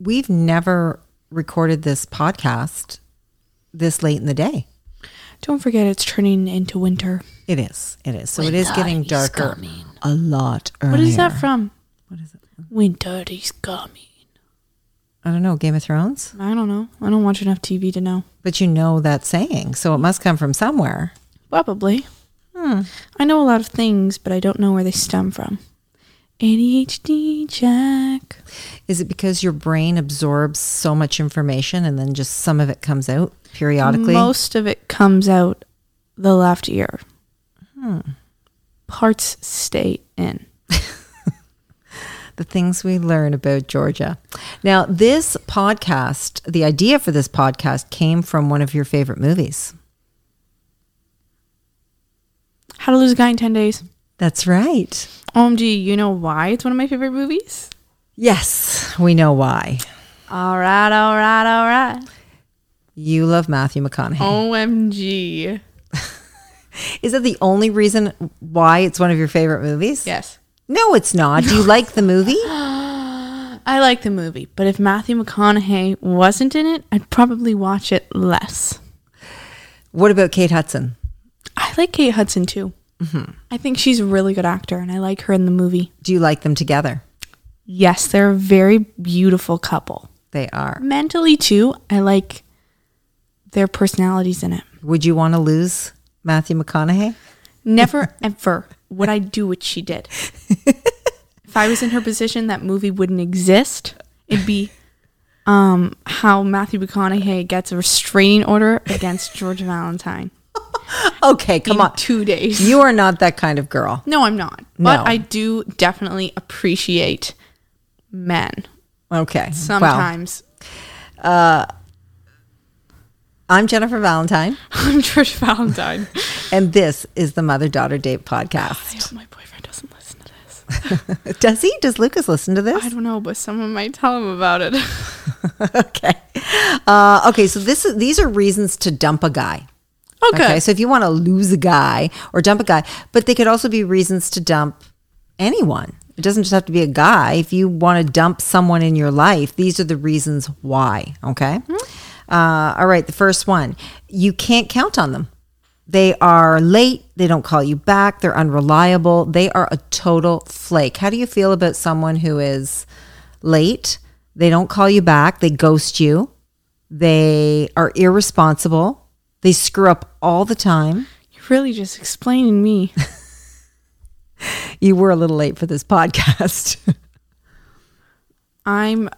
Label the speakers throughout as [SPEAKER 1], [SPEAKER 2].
[SPEAKER 1] we've never recorded this podcast this late in the day.
[SPEAKER 2] Don't forget, it's turning into winter.
[SPEAKER 1] It is. It is. So it is getting darker a lot earlier.
[SPEAKER 2] What is that from? What is it? Winter is coming.
[SPEAKER 1] I don't know. Game of Thrones?
[SPEAKER 2] I don't know. I don't watch enough TV to know.
[SPEAKER 1] But you know that saying. So it must come from somewhere. Hmm.
[SPEAKER 2] Probably. I know a lot of things, but I don't know where they stem from. ADHD, Jack.
[SPEAKER 1] Is it because your brain absorbs so much information and then just some of it comes out periodically?
[SPEAKER 2] Most of it comes out the left ear. Parts stay in.
[SPEAKER 1] the things we learn about Georgia. Now, this podcast, the idea for this podcast came from one of your favorite movies.
[SPEAKER 2] How to Lose a Guy in 10 Days.
[SPEAKER 1] That's right.
[SPEAKER 2] OMG, you know why it's one of my favorite movies?
[SPEAKER 1] Yes, we know why.
[SPEAKER 2] All right, all right, all right.
[SPEAKER 1] You love Matthew McConaughey.
[SPEAKER 2] Oh. OMG.
[SPEAKER 1] Is that the only reason why it's one of your favorite movies?
[SPEAKER 2] Yes.
[SPEAKER 1] No, it's not. Do you like the movie?
[SPEAKER 2] I like the movie, but if Matthew McConaughey wasn't in it, I'd probably watch it less.
[SPEAKER 1] What about Kate Hudson?
[SPEAKER 2] I like Kate Hudson too. I think she's a really good actor, and I like her in the movie.
[SPEAKER 1] Do you like them together?
[SPEAKER 2] Yes, they're a very beautiful couple.
[SPEAKER 1] They are.
[SPEAKER 2] Mentally too, I like their personalities in it.
[SPEAKER 1] Would you want to lose Matthew McConaughey?
[SPEAKER 2] Never ever would I do what she did. if I was in her position, that movie wouldn't exist. It'd be um, how Matthew McConaughey gets a restraining order against George Valentine
[SPEAKER 1] Okay, come
[SPEAKER 2] in
[SPEAKER 1] on.
[SPEAKER 2] two days.
[SPEAKER 1] You are not that kind of girl.
[SPEAKER 2] no, I'm not.
[SPEAKER 1] No.
[SPEAKER 2] But I do definitely appreciate men
[SPEAKER 1] Okay. Wow.
[SPEAKER 2] sometimes.
[SPEAKER 1] I'm Jennifer Valentine,
[SPEAKER 2] I'm George Valentine.
[SPEAKER 1] and this is the Mother Daughter Date
[SPEAKER 2] I
[SPEAKER 1] Podcast.
[SPEAKER 2] hope my boyfriend doesn't listen to this.
[SPEAKER 1] Does he? Does Lucas listen to
[SPEAKER 2] I
[SPEAKER 1] this?
[SPEAKER 2] don't know, but someone might tell him about it.
[SPEAKER 1] Okay. Uh, okay. So this is, these are reasons to dump a guy.
[SPEAKER 2] Okay.
[SPEAKER 1] So if you want to lose a guy or dump a guy, but they could also be reasons to dump anyone. It doesn't just have to be a guy. If you want to dump someone in your life, these are the reasons why. Okay. Uh, all right. The first one you can't count on them. They are late. They don't call you back. They're unreliable. They are a total flake. How do you feel about someone who is late? They don't call you back. They ghost you. They are irresponsible. They screw up all the time.
[SPEAKER 2] You're really just explaining me.
[SPEAKER 1] You were a little late for this podcast.
[SPEAKER 2] I'm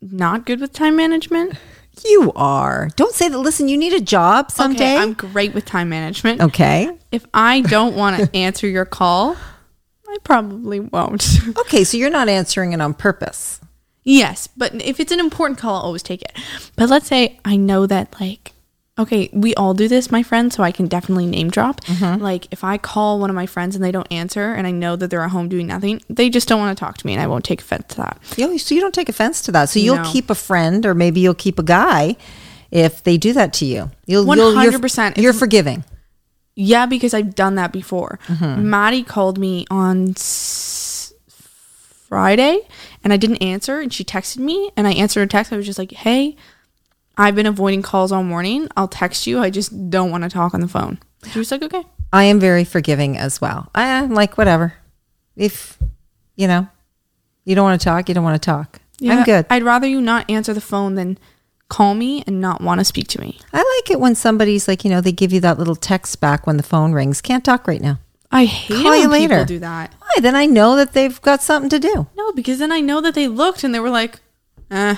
[SPEAKER 2] not good with time management.
[SPEAKER 1] you are. Don't say that. Listen, you need a job someday.
[SPEAKER 2] Okay, I'm great with time management.
[SPEAKER 1] okay.
[SPEAKER 2] If I don't want to answer your call, I probably won't.
[SPEAKER 1] Okay, so you're not answering it on purpose.
[SPEAKER 2] Yes, but if it's an important call, I'll always take it. But let's say I know that, like, okay, we all do this, my friend, so I can definitely name drop. Like, if I call one of my friends and they don't answer, and I know that they're at home doing nothing, they just don't want to talk to me, and I won't take offense to that.
[SPEAKER 1] You know, so you don't take offense to that. So you'll
[SPEAKER 2] No.
[SPEAKER 1] keep a friend or maybe you'll keep a guy if they do that to you. You'll you are
[SPEAKER 2] 100%.
[SPEAKER 1] you're forgiving.
[SPEAKER 2] Yeah, because I've done that before. Maddie called me on s- Friday and I didn't answer and she texted me and I answered her text. I was just like, "Hey, I've been avoiding calls all morning. I'll text you. I just don't want to talk on the phone." She was like, "Okay."
[SPEAKER 1] I am very forgiving as well. I am like whatever. If you know, you don't want to talk, you don't want to talk. I'm good.
[SPEAKER 2] I'd rather you not answer the phone than call me and not want to speak to me.
[SPEAKER 1] I like it when somebody's like, you know, they give you that little text back when the phone rings. Can't talk right now.
[SPEAKER 2] I hate
[SPEAKER 1] Call
[SPEAKER 2] it
[SPEAKER 1] you
[SPEAKER 2] when
[SPEAKER 1] later.
[SPEAKER 2] people do that.
[SPEAKER 1] Why? Then I know that they've got something to do.
[SPEAKER 2] No, because then I know that they looked and they were like, "Eh,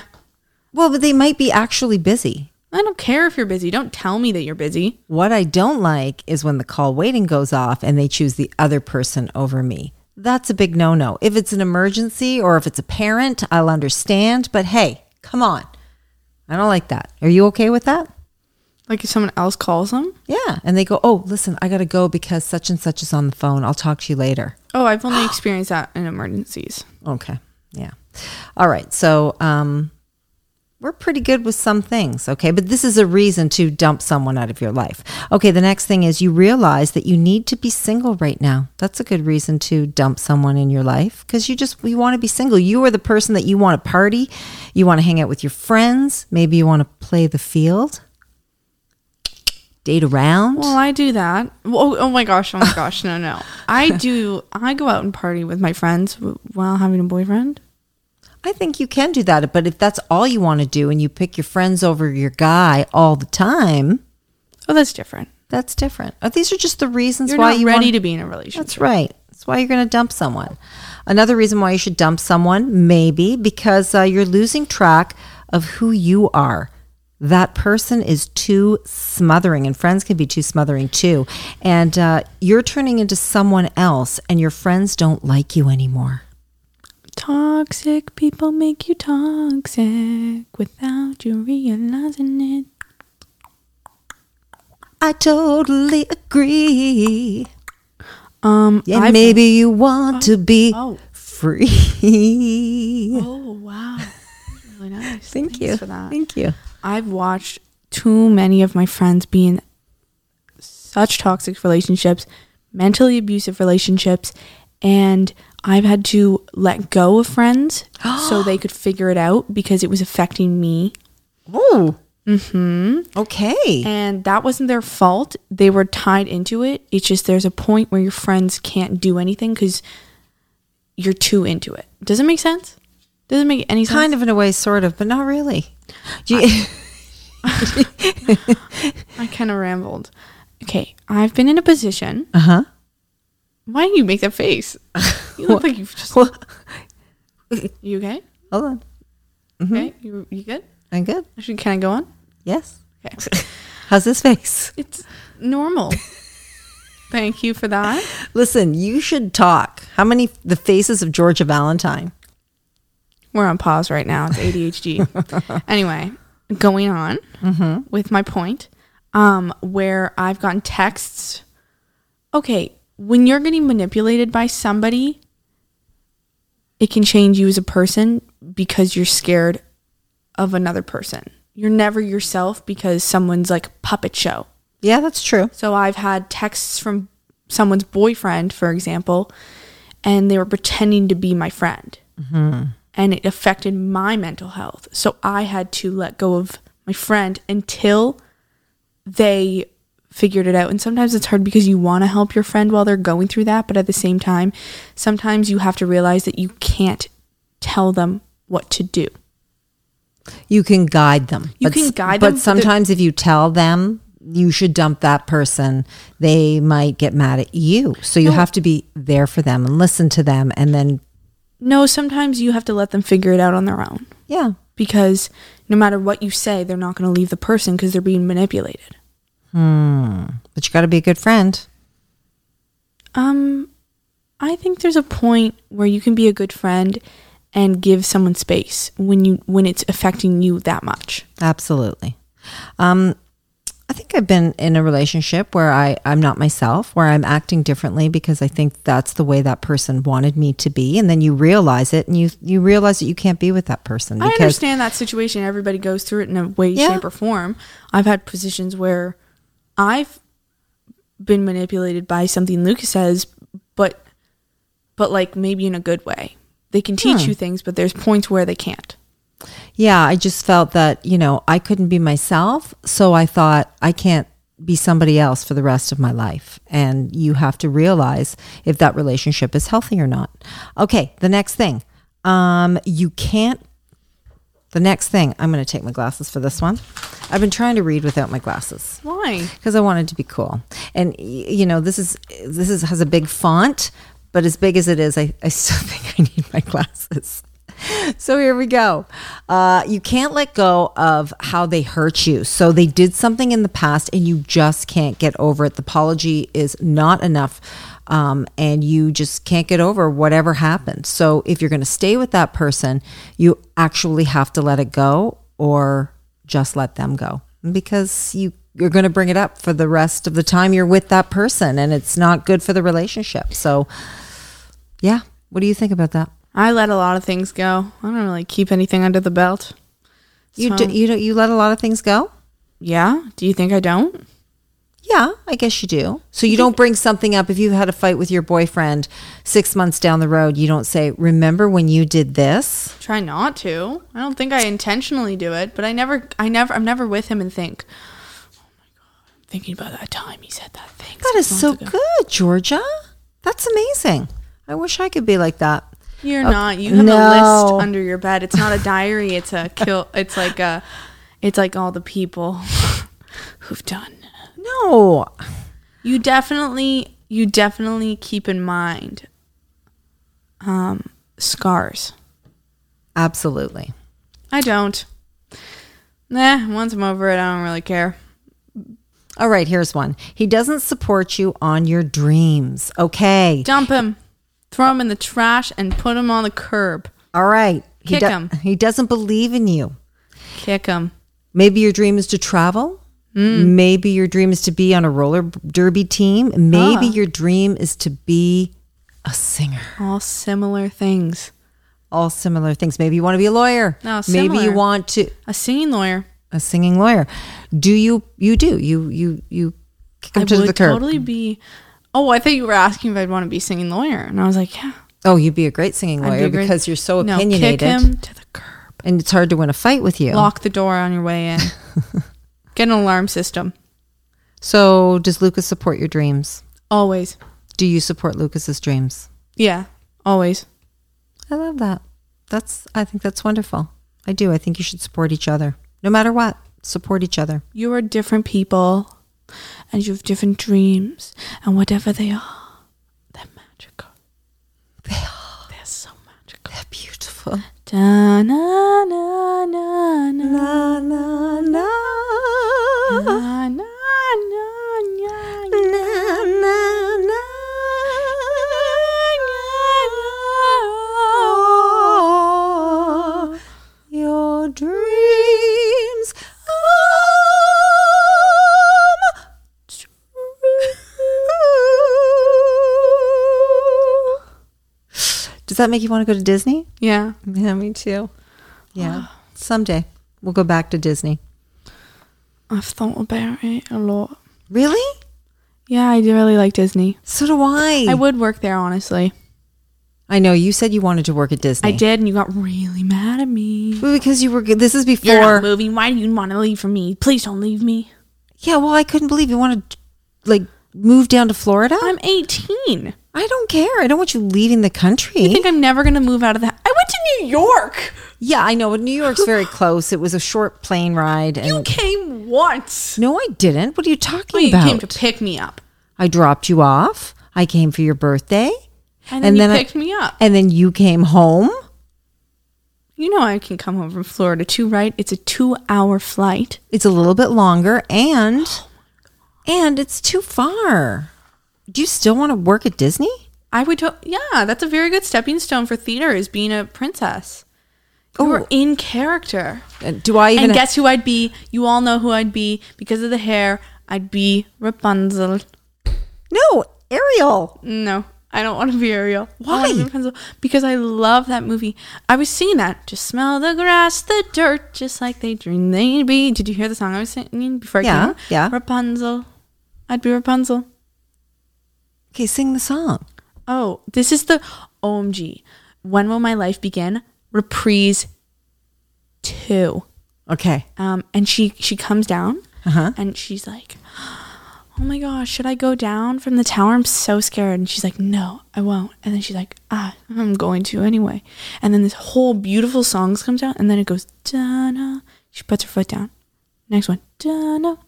[SPEAKER 1] Well, but they might be actually busy.
[SPEAKER 2] I don't care if you're busy. Don't tell me that you're busy."
[SPEAKER 1] What I don't like is when the call waiting goes off and they choose the other person over me. That's a big no no. If it's an emergency or if it's a parent, I'll understand. But hey, come on. I don't like that. Are you okay with that?
[SPEAKER 2] Like if someone else calls them,
[SPEAKER 1] Yeah. And they go, oh, listen, I got to go because such and such is on the phone. I'll talk to you later.
[SPEAKER 2] Oh, I've only experienced that in emergencies.
[SPEAKER 1] Okay. Yeah. All right. So um, we're pretty good with some things, okay? But this is a reason to dump someone out of your life. Okay, the next thing is you realize that you need to be single right now. That's a good reason to dump someone in your life because you just you want to be single. You are the person that you want to party, you want to hang out with your friends, maybe you want to play the field, date around.
[SPEAKER 2] Well, I do that. Oh, oh my gosh, oh my gosh, no, no. I do. I go out and party with my friends w- while having a boyfriend.
[SPEAKER 1] I think you can do that, but if that's all you want to do and you pick your friends over your guy all the time,
[SPEAKER 2] Oh, that's different.
[SPEAKER 1] that's different. Uh, These are just the reasons
[SPEAKER 2] You're
[SPEAKER 1] why
[SPEAKER 2] not
[SPEAKER 1] you
[SPEAKER 2] ready
[SPEAKER 1] want
[SPEAKER 2] to be in a relationship.
[SPEAKER 1] That's right. That's why you're going to dump someone. Another reason why you should dump someone, maybe because uh, you're losing track of who you are. That person is too smothering, and friends can be too smothering too. And uh, you're turning into someone else, and your friends don't like you anymore.
[SPEAKER 2] Toxic people make you toxic without you realizing it.
[SPEAKER 1] I totally agree.
[SPEAKER 2] Um,
[SPEAKER 1] Yeah,
[SPEAKER 2] I've-
[SPEAKER 1] maybe you want to be
[SPEAKER 2] oh.
[SPEAKER 1] free.
[SPEAKER 2] Oh wow, really nice.
[SPEAKER 1] Thank
[SPEAKER 2] Thanks
[SPEAKER 1] you.
[SPEAKER 2] for that.
[SPEAKER 1] Thank you.
[SPEAKER 2] I've watched too many of my friends be in such toxic relationships, mentally abusive relationships, and I've had to let go of friends so they could figure it out because it was affecting me.
[SPEAKER 1] Oh. Mm-hmm. Okay.
[SPEAKER 2] And that wasn't their fault. They were tied into it. It's just there's a point where your friends can't do anything because you're too into it. Does it make sense? Does it make any sense?
[SPEAKER 1] Kind of in a way, sort of, but not really. Do you-
[SPEAKER 2] I kind of rambled. Okay, I've been in a position. Uh
[SPEAKER 1] Uh-huh.
[SPEAKER 2] Why do you make that face? You look like you've just.
[SPEAKER 1] Well-
[SPEAKER 2] You okay?
[SPEAKER 1] Hold on.
[SPEAKER 2] Okay, you, you good?
[SPEAKER 1] I'm good.
[SPEAKER 2] Actually, can I go on?
[SPEAKER 1] Yes.
[SPEAKER 2] Okay,
[SPEAKER 1] How's this face?
[SPEAKER 2] it's normal. Thank you for that.
[SPEAKER 1] Listen, you should talk. How many the faces of Georgia Valentine?
[SPEAKER 2] We're on pause right now. It's ADHD. anyway, going on with my point, um, where I've gotten texts. Okay, when you're getting manipulated by somebody, it can change you as a person because you're scared of another person. You're never yourself because someone's like a puppet show.
[SPEAKER 1] Yeah, that's true.
[SPEAKER 2] So I've had texts from someone's boyfriend, for example, and they were pretending to be my friend. And it affected my mental health. So I had to let go of my friend until they figured it out. And sometimes it's hard because you want to help your friend while they're going through that. But at the same time, sometimes you have to realize that you can't tell them what to do.
[SPEAKER 1] You can guide them.
[SPEAKER 2] You
[SPEAKER 1] But
[SPEAKER 2] can
[SPEAKER 1] s-
[SPEAKER 2] guide them,
[SPEAKER 1] but
[SPEAKER 2] but
[SPEAKER 1] sometimes if you tell them you should dump that person, they might get mad at you. So you have to be there for them and listen to them, and then
[SPEAKER 2] No, sometimes you have to let them figure it out on their own.
[SPEAKER 1] yeah,
[SPEAKER 2] because no matter what you say, they're not going to leave the person because they're being manipulated.
[SPEAKER 1] but you got to be a good friend.
[SPEAKER 2] Um, I think there's a point where you can be a good friend and give someone space when you when it's affecting you that much.
[SPEAKER 1] Absolutely. Um, I think I've been in a relationship where I, I'm not myself, where I'm acting differently because I think that's the way that person wanted me to be. And then you realize it and you, you realize that you can't be with that person
[SPEAKER 2] I
[SPEAKER 1] because
[SPEAKER 2] understand that situation. Everybody goes through it in a way,
[SPEAKER 1] Yeah.
[SPEAKER 2] shape, or form. I've had positions where I've been manipulated by something Lucas says, but but like maybe in a good way. They can teach you things, but there's points where they can't.
[SPEAKER 1] yeah, I just felt that, you know, I couldn't be myself. So I thought I can't be somebody else for the rest of my life. And you have to realize if that relationship is healthy or not. Okay. The next thing, um, you can't The next thing, I'm going to take my glasses for this one. I've been trying to read without my glasses
[SPEAKER 2] Why?
[SPEAKER 1] because I wanted to be cool. And y- you know, this is this is has a big font, but as big as it is, I, I still think I need my glasses. So here we go. Uh, you can't let go of how they hurt you. So they did something in the past, and you just can't get over it. The apology is not enough, um, and you just can't get over whatever happened. So if you're going to stay with that person, you actually have to let it go, or just let them go because you you're going to bring it up for the rest of the time you're with that person and it's not good for the relationship. So yeah, what do you think about that?
[SPEAKER 2] I let a lot of things go. I don't really keep anything under the belt.
[SPEAKER 1] You
[SPEAKER 2] So-
[SPEAKER 1] do, you know you let a lot of things go.
[SPEAKER 2] Yeah. Do you think I don't?
[SPEAKER 1] Yeah, I guess you do. So you don't bring something up if you've had a fight with your boyfriend six months down the road. You don't say, "Remember when you did this?"
[SPEAKER 2] Try not to. I don't think I intentionally do it, but I never, I never, I'm never with him and think, oh my God, I'm thinking about that time he said that thing.
[SPEAKER 1] That is
[SPEAKER 2] six
[SPEAKER 1] so
[SPEAKER 2] months ago."
[SPEAKER 1] good, Georgia. That's amazing. I wish I could be like that.
[SPEAKER 2] You're not. You have a
[SPEAKER 1] no.
[SPEAKER 2] list under your bed. It's not a diary. It's a kill. It's like a, it's like all the people who've done.
[SPEAKER 1] No,
[SPEAKER 2] You definitely, you definitely keep in mind, um, scars.
[SPEAKER 1] absolutely.
[SPEAKER 2] I don't. Nah, once I'm over it, I don't really care.
[SPEAKER 1] All right, here's one. He doesn't support you on your dreams. Okay.
[SPEAKER 2] Dump him, throw him in the trash, and put him on the curb.
[SPEAKER 1] All right. He
[SPEAKER 2] Kick
[SPEAKER 1] do-
[SPEAKER 2] him.
[SPEAKER 1] He doesn't believe in you.
[SPEAKER 2] Kick him.
[SPEAKER 1] Maybe your dream is to travel.
[SPEAKER 2] Hmm.
[SPEAKER 1] Maybe your dream is to be on a roller derby team. Maybe
[SPEAKER 2] Ah.
[SPEAKER 1] your dream is to be a singer.
[SPEAKER 2] All similar things.
[SPEAKER 1] All similar things. Maybe you want to be a lawyer.
[SPEAKER 2] No,
[SPEAKER 1] Maybe you
[SPEAKER 2] Oh, similar.
[SPEAKER 1] want to
[SPEAKER 2] A singing lawyer.
[SPEAKER 1] a singing lawyer. Do you you do. You you you kick him
[SPEAKER 2] I
[SPEAKER 1] to
[SPEAKER 2] would
[SPEAKER 1] the curb.
[SPEAKER 2] totally be. Oh, I thought you were asking if I'd want to be singing lawyer, and I was like, yeah.
[SPEAKER 1] oh, you'd be a great singing
[SPEAKER 2] I'd be
[SPEAKER 1] lawyer
[SPEAKER 2] great-
[SPEAKER 1] because you're so
[SPEAKER 2] No,
[SPEAKER 1] opinionated
[SPEAKER 2] kick him to the curb.
[SPEAKER 1] and it's hard to win a fight with you.
[SPEAKER 2] Lock the door on your way in. Get an alarm system.
[SPEAKER 1] So, does Lucas support your dreams?
[SPEAKER 2] Always.
[SPEAKER 1] Do you support Lucas's dreams?
[SPEAKER 2] Yeah. Always.
[SPEAKER 1] I love that. That's I think that's wonderful. I do. I think you should support each other. No matter what, support each other.
[SPEAKER 2] You are different people, and you have different dreams, and whatever they are, they're magical. They are. They're so magical.
[SPEAKER 1] They're beautiful.
[SPEAKER 2] Da na na na
[SPEAKER 1] Na,
[SPEAKER 2] na.
[SPEAKER 1] na, na.
[SPEAKER 2] Na, na, na, na, na.
[SPEAKER 1] Na, na, na. Your dreams come Does that make you want to go to Disney?
[SPEAKER 2] Yeah.
[SPEAKER 1] Yeah, me too. Ah. Yeah. Someday we'll go back to Disney.
[SPEAKER 2] I've thought about it a lot.
[SPEAKER 1] Really?
[SPEAKER 2] Yeah, I do really like Disney.
[SPEAKER 1] So do I. I
[SPEAKER 2] I would work there, honestly.
[SPEAKER 1] know you said you wanted to work at Disney.
[SPEAKER 2] I did, and you got really mad at me.
[SPEAKER 1] Well, because you were good. This is
[SPEAKER 2] You're not
[SPEAKER 1] before.
[SPEAKER 2] moving. Why do you want to leave from me? Please don't leave me.
[SPEAKER 1] Yeah, well, I couldn't believe you wanted to, like move down to Florida.
[SPEAKER 2] I'm 18.
[SPEAKER 1] I don't care. I don't want you leaving the country.
[SPEAKER 2] You think I'm never going to move out of that? I went to New York.
[SPEAKER 1] yeah, I know. But New York's very close. It was a short plane ride. And
[SPEAKER 2] You came once.
[SPEAKER 1] no, I didn't. What are you talking
[SPEAKER 2] Well, you
[SPEAKER 1] about?
[SPEAKER 2] came to pick me up.
[SPEAKER 1] I dropped you off. I came for your birthday,
[SPEAKER 2] And then
[SPEAKER 1] And
[SPEAKER 2] you
[SPEAKER 1] then I-
[SPEAKER 2] picked me up.
[SPEAKER 1] and then you came home.
[SPEAKER 2] You know I can come home from Florida too, right? It's a two hour flight.
[SPEAKER 1] It's a little bit longer and
[SPEAKER 2] Oh
[SPEAKER 1] and it's too far. Do you still want to work at Disney?
[SPEAKER 2] I would, to- yeah, that's a very good stepping stone for theater is being a princess. You're in character.
[SPEAKER 1] Uh, Do I even
[SPEAKER 2] and guess who I'd be? You all know who I'd be because of the hair. I'd be Rapunzel.
[SPEAKER 1] No, Ariel.
[SPEAKER 2] No, I don't want to be Ariel. I
[SPEAKER 1] Why?
[SPEAKER 2] wanna be Rapunzel because I love that movie. I was singing that. Just smell the grass, the dirt, just like they dreamed they'd be. Did you hear the song I was singing before I
[SPEAKER 1] Yeah,
[SPEAKER 2] came? on?
[SPEAKER 1] yeah.
[SPEAKER 2] Rapunzel. I'd be Rapunzel.
[SPEAKER 1] Okay, sing the song.
[SPEAKER 2] Oh, this is the OMG. When will my life begin? Reprise two.
[SPEAKER 1] Okay.
[SPEAKER 2] Um, and she she comes down
[SPEAKER 1] Uh-huh.
[SPEAKER 2] and she's like, "Oh my gosh, should I go down from the tower? I'm so scared." And she's like, "No, I won't." And then she's like, "Ah, I'm going to anyway." And then this whole beautiful song comes out, and then it goes, "Dana." She puts her foot down. Next one, "Dana,"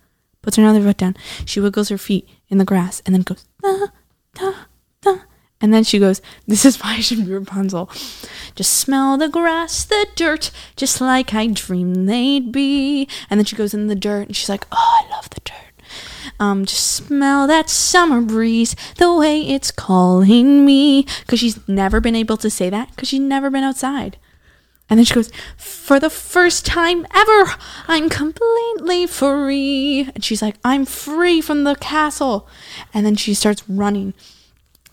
[SPEAKER 2] puts her another foot down. She wiggles her feet in the grass, and then goes, "Ah," "Da da da." And then she goes, This is why I should be Rapunzel. Just smell the grass, the dirt, just like I dreamed they'd be. And then she goes in the dirt and she's like, Oh, I love the dirt. Um, just smell that summer breeze, the way it's calling me. Because she's never been able to say that because she's never been outside. And then she goes, For the first time ever, I'm completely free. And she's like, I'm free from the castle. And then she starts running.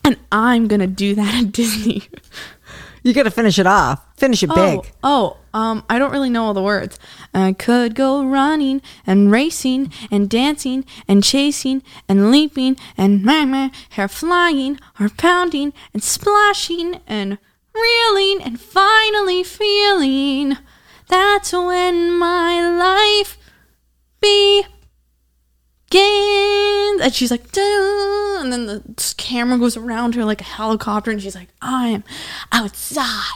[SPEAKER 2] And I'm going to do that at Disney.
[SPEAKER 1] You got to finish it off. Finish it
[SPEAKER 2] Oh,
[SPEAKER 1] big.
[SPEAKER 2] Oh, Um, I don't really know all the words. I could go running and racing and dancing and chasing and leaping and meh, meh, hair flying or pounding and splashing and reeling and finally feeling. That's when my life begins. And she's like, "Dun," and then the camera goes around her like a helicopter, and she's like, I'm outside.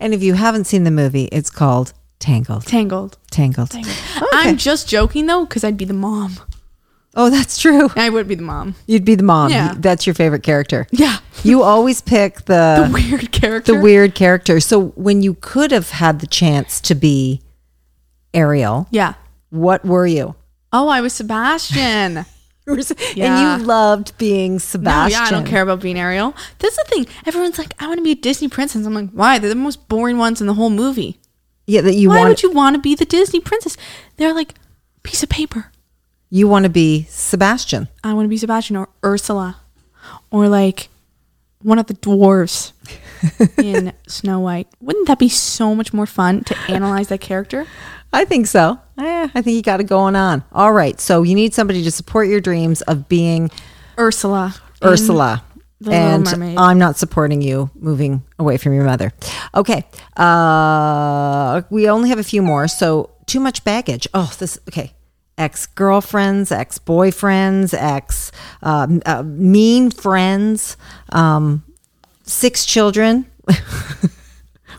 [SPEAKER 1] And if you haven't seen the movie, it's called Tangled.
[SPEAKER 2] Tangled.
[SPEAKER 1] Tangled.
[SPEAKER 2] I'm just joking though, because I'd be the mom.
[SPEAKER 1] Oh, that's true.
[SPEAKER 2] I would be the mom.
[SPEAKER 1] You'd be the mom.
[SPEAKER 2] Yeah.
[SPEAKER 1] That's your favorite character.
[SPEAKER 2] Yeah. Um,
[SPEAKER 1] You always pick
[SPEAKER 2] The
[SPEAKER 1] the
[SPEAKER 2] weird
[SPEAKER 1] the
[SPEAKER 2] character.
[SPEAKER 1] weird character. So when you could have had the chance to be Ariel,
[SPEAKER 2] Yeah.
[SPEAKER 1] what were you?
[SPEAKER 2] Oh, I was Sebastian. Yeah.
[SPEAKER 1] And you loved being
[SPEAKER 2] Oh,
[SPEAKER 1] Sebastian.
[SPEAKER 2] yeah, I don't care about being Ariel. That's the thing. Everyone's like, I want to be a Disney princess. I'm like, why? They're the most boring ones in the whole movie.
[SPEAKER 1] Yeah, that you
[SPEAKER 2] Why
[SPEAKER 1] want
[SPEAKER 2] would you want to be the Disney princess? They're like, piece of paper.
[SPEAKER 1] you want to be Sebastian.
[SPEAKER 2] I want to be Sebastian or Ursula or like one of the dwarves in Snow White. Wouldn't that be so much more fun to analyze that character?
[SPEAKER 1] I think so. Eh, I think you got it going on. All right. So you need somebody to support your dreams of being
[SPEAKER 2] Ursula. in
[SPEAKER 1] Ursula.
[SPEAKER 2] Mm-hmm. The Little
[SPEAKER 1] and
[SPEAKER 2] Mermaid.
[SPEAKER 1] I'm not supporting you moving away from your mother. Okay. Uh, we only have a few more. So, too much baggage. Oh, this, okay. Ex girlfriends, ex boyfriends, ex uh, uh, mean friends, um, six children.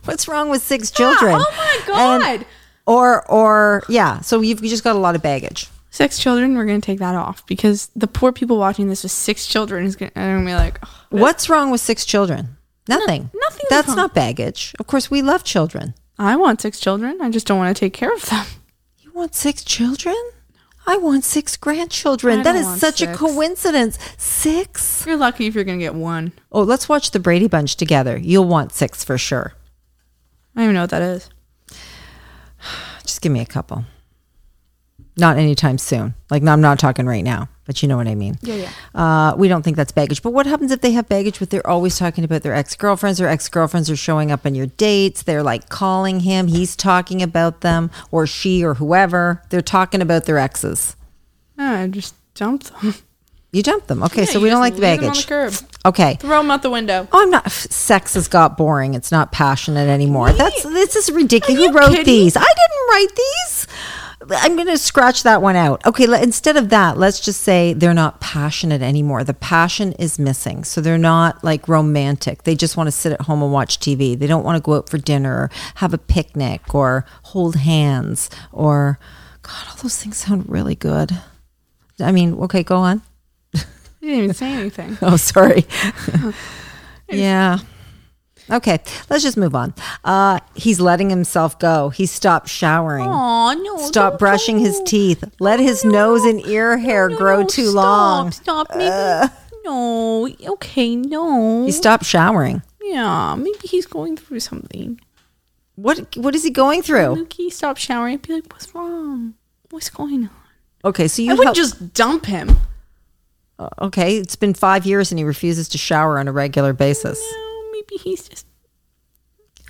[SPEAKER 1] What's wrong with six children?
[SPEAKER 2] oh my God.
[SPEAKER 1] or, or, yeah. So, you've you just got a lot of baggage.
[SPEAKER 2] six children, we're gonna take that off because the poor people watching this with six children is gonna, are gonna be like, "Ugh."
[SPEAKER 1] What's wrong with six children? Nothing.
[SPEAKER 2] nothing is
[SPEAKER 1] That's
[SPEAKER 2] wrong.
[SPEAKER 1] not baggage. Of course, we love children.
[SPEAKER 2] I want six children. I just don't want to take care of them.
[SPEAKER 1] You want six children? I want six grandchildren.
[SPEAKER 2] I
[SPEAKER 1] That
[SPEAKER 2] don't
[SPEAKER 1] is
[SPEAKER 2] want
[SPEAKER 1] such a
[SPEAKER 2] six.
[SPEAKER 1] coincidence. Six?
[SPEAKER 2] You're lucky if you're gonna get one.
[SPEAKER 1] Oh, let's watch the Brady Bunch together. You'll want six for sure.
[SPEAKER 2] I don't even know what that is.
[SPEAKER 1] Just give me a couple. Not anytime soon. Like, no, I'm not talking right now, but you know what I mean.
[SPEAKER 2] Yeah, yeah.
[SPEAKER 1] Uh, we don't think that's baggage. But what happens if they have baggage with they're always talking about their ex girlfriends or ex girlfriends are showing up on your dates? They're like calling him, he's talking about them, or she or whoever. They're talking about their exes.
[SPEAKER 2] Ah, I just dumped them.
[SPEAKER 1] You dump them. Okay,
[SPEAKER 2] Yeah,
[SPEAKER 1] so
[SPEAKER 2] you
[SPEAKER 1] we don't
[SPEAKER 2] just
[SPEAKER 1] like the
[SPEAKER 2] leave them
[SPEAKER 1] baggage.
[SPEAKER 2] on the curb.
[SPEAKER 1] Okay.
[SPEAKER 2] Throw them out the window.
[SPEAKER 1] Oh, I'm not. f- Sex has got boring. It's not passionate anymore. That's this is ridiculous. Who
[SPEAKER 2] you
[SPEAKER 1] wrote
[SPEAKER 2] kidding?
[SPEAKER 1] these? I didn't write these. I'm going to scratch that one out. Okay, le- instead of that, let's just say they're not passionate anymore. The passion is missing. So they're not like romantic. They just want to sit at home and watch TV. They don't want to go out for dinner or have a picnic or hold hands or God, all those things sound really good. I mean, okay, go on.
[SPEAKER 2] You didn't even say anything.
[SPEAKER 1] Oh, sorry. yeah. Okay, let's just move on. Uh, he's letting himself go. He stopped showering.
[SPEAKER 2] Aw, no.
[SPEAKER 1] Stop
[SPEAKER 2] don't
[SPEAKER 1] brushing his
[SPEAKER 2] go.
[SPEAKER 1] teeth. Let his nose and ear hair
[SPEAKER 2] No, no,
[SPEAKER 1] grow
[SPEAKER 2] no,
[SPEAKER 1] too
[SPEAKER 2] stop,
[SPEAKER 1] long.
[SPEAKER 2] Stop. Maybe. no. Okay. No.
[SPEAKER 1] He stopped showering.
[SPEAKER 2] Yeah. Maybe he's going through something.
[SPEAKER 1] What what is he going through?
[SPEAKER 2] Mookie, stop showering. I'd be like, what's wrong? What's going on?
[SPEAKER 1] Okay, so
[SPEAKER 2] I
[SPEAKER 1] you
[SPEAKER 2] would
[SPEAKER 1] help-
[SPEAKER 2] just dump him.
[SPEAKER 1] uh, okay. It's been five years and he refuses to shower on a regular basis.
[SPEAKER 2] No, maybe he's just.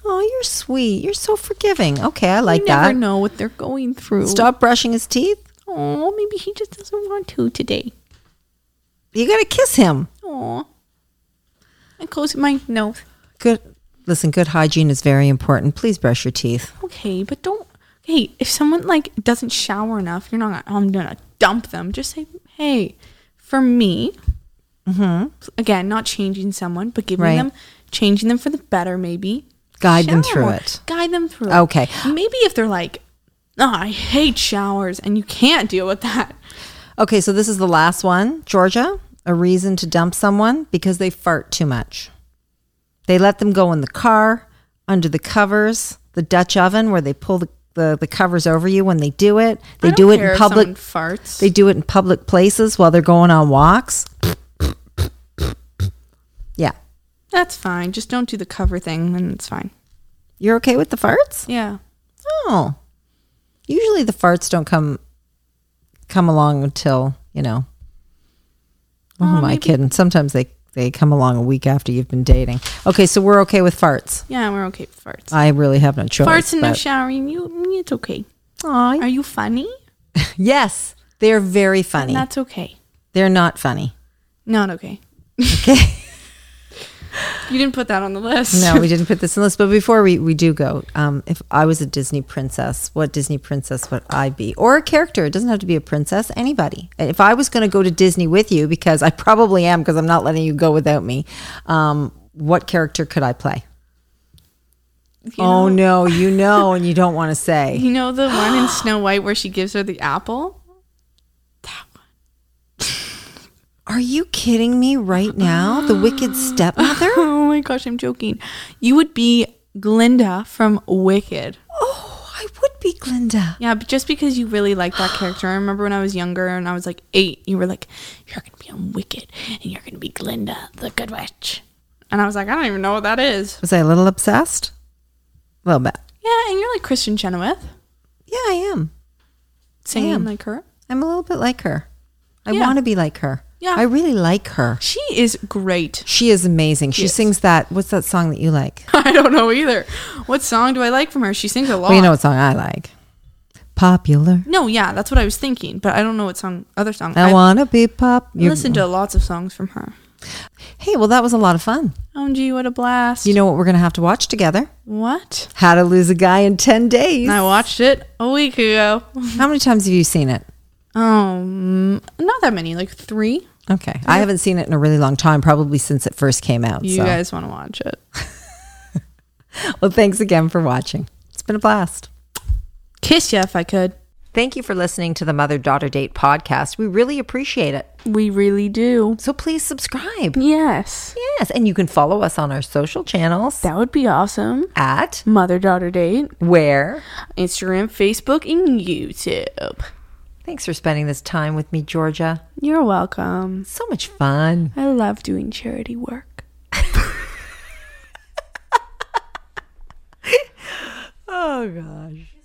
[SPEAKER 1] Oh, you're sweet. You're so forgiving. Okay, I
[SPEAKER 2] I
[SPEAKER 1] like
[SPEAKER 2] never
[SPEAKER 1] that.
[SPEAKER 2] know what they're going through.
[SPEAKER 1] Stop brushing his teeth.
[SPEAKER 2] Oh, maybe he just doesn't want to today.
[SPEAKER 1] You gotta kiss him.
[SPEAKER 2] Oh. I close my nose.
[SPEAKER 1] Good. Listen, good hygiene is very important. Please brush your teeth.
[SPEAKER 2] Okay, but don't. Hey, if someone like doesn't shower enough, you're not. gonna I'm gonna dump them. Just say, hey, for me. Mm-hmm. Again, not changing someone, but giving
[SPEAKER 1] Right.
[SPEAKER 2] them, changing them for the better, maybe.
[SPEAKER 1] Guide them
[SPEAKER 2] shower
[SPEAKER 1] through
[SPEAKER 2] more.
[SPEAKER 1] it.
[SPEAKER 2] Guide them through. it.
[SPEAKER 1] Okay.
[SPEAKER 2] Maybe if they're like, oh, I hate showers, and you can't deal with that.
[SPEAKER 1] Okay, so this is the last one. Georgia, a reason to dump someone because they fart too much. They let them go in the car, under the covers, the Dutch oven where they pull the, the, the covers over you when they do it. They
[SPEAKER 2] I don't
[SPEAKER 1] do it
[SPEAKER 2] care
[SPEAKER 1] in
[SPEAKER 2] if
[SPEAKER 1] public
[SPEAKER 2] someone farts.
[SPEAKER 1] they do it in public places while they're going on walks. Yeah.
[SPEAKER 2] That's fine. Just don't do the cover thing, and it's fine.
[SPEAKER 1] You're okay with the farts?
[SPEAKER 2] Yeah.
[SPEAKER 1] Oh. Usually the farts don't come
[SPEAKER 2] Oh,
[SPEAKER 1] come along until, you know. Who am I kidding? oh, Sometimes they They come along a week after you've been dating. Okay, so we're okay with farts.
[SPEAKER 2] Yeah, we're okay with farts.
[SPEAKER 1] I really have no choice.
[SPEAKER 2] farts and no
[SPEAKER 1] but-
[SPEAKER 2] showering, you mm, it's okay.
[SPEAKER 1] Aw,
[SPEAKER 2] Are you funny?
[SPEAKER 1] yes, they're very funny.
[SPEAKER 2] That's okay.
[SPEAKER 1] they're not funny.
[SPEAKER 2] Not okay.
[SPEAKER 1] Okay.
[SPEAKER 2] You didn't put that on the list.
[SPEAKER 1] No, we didn't put this in the list. But before we, we do go, um, if I was a Disney princess, what Disney princess would I be? Or a character. It doesn't have to be a princess, anybody. If I was going to go to Disney with you, because I probably am, because I'm not letting you go without me, um, what character could I play? oh, no, you know, and you don't want to say.
[SPEAKER 2] You know the one in Snow White where she gives her the apple?
[SPEAKER 1] Are you kidding me right now? The wicked stepmother?
[SPEAKER 2] Oh my gosh, I'm joking. You would be Glinda from Wicked.
[SPEAKER 1] Oh, I would be Glinda.
[SPEAKER 2] Yeah, but just because you really like that character. I remember when I was younger and I was like eight, you were like, You're gonna be on Wicked and you're gonna be Glinda, the good witch. And I was like, I don't even know what that is.
[SPEAKER 1] Was I a little obsessed? A little bit.
[SPEAKER 2] Yeah, and you're like Christian Chenoweth,
[SPEAKER 1] Yeah, I am.
[SPEAKER 2] singing
[SPEAKER 1] Damn.
[SPEAKER 2] like her.
[SPEAKER 1] I'm a little bit like her. I
[SPEAKER 2] Yeah.
[SPEAKER 1] want to be like her.
[SPEAKER 2] Yeah.
[SPEAKER 1] I really like her.
[SPEAKER 2] She is great.
[SPEAKER 1] She is amazing. She
[SPEAKER 2] Yes.
[SPEAKER 1] sings that. What's that song that you like?
[SPEAKER 2] I don't know either. What song do I like from her? She sings a lot.
[SPEAKER 1] Well, you know what song I like. Popular.
[SPEAKER 2] no, yeah, that's what I was thinking, but I don't know what song, other song.
[SPEAKER 1] I,
[SPEAKER 2] I,
[SPEAKER 1] want to be pop. you-
[SPEAKER 2] listened to lots of songs from her.
[SPEAKER 1] Hey, well, that was a lot of fun.
[SPEAKER 2] OMG, what a blast.
[SPEAKER 1] You know what we're going to have to watch together?
[SPEAKER 2] what?
[SPEAKER 1] How to Lose a Guy in 10 Days.
[SPEAKER 2] I watched it a week ago.
[SPEAKER 1] How many times have you seen it?
[SPEAKER 2] Um, not that many, like three.
[SPEAKER 1] Okay. I haven't seen it in a really long time, probably since it first came out.
[SPEAKER 2] You
[SPEAKER 1] so.
[SPEAKER 2] guys want to watch it.
[SPEAKER 1] Well, thanks again for watching. It's been a blast.
[SPEAKER 2] Kiss ya if I could.
[SPEAKER 1] Thank you for listening to the Mother Daughter Date podcast. We really appreciate it.
[SPEAKER 2] We really do.
[SPEAKER 1] So please subscribe.
[SPEAKER 2] Yes.
[SPEAKER 1] Yes, and you can follow us on our social channels
[SPEAKER 2] That would be awesome.
[SPEAKER 1] at
[SPEAKER 2] Mother daughter date,
[SPEAKER 1] where.
[SPEAKER 2] Instagram, Facebook, and YouTube.
[SPEAKER 1] Thanks for spending this time with me, Georgia.
[SPEAKER 2] You're welcome.
[SPEAKER 1] So much fun.
[SPEAKER 2] I love doing charity work.
[SPEAKER 1] Oh gosh.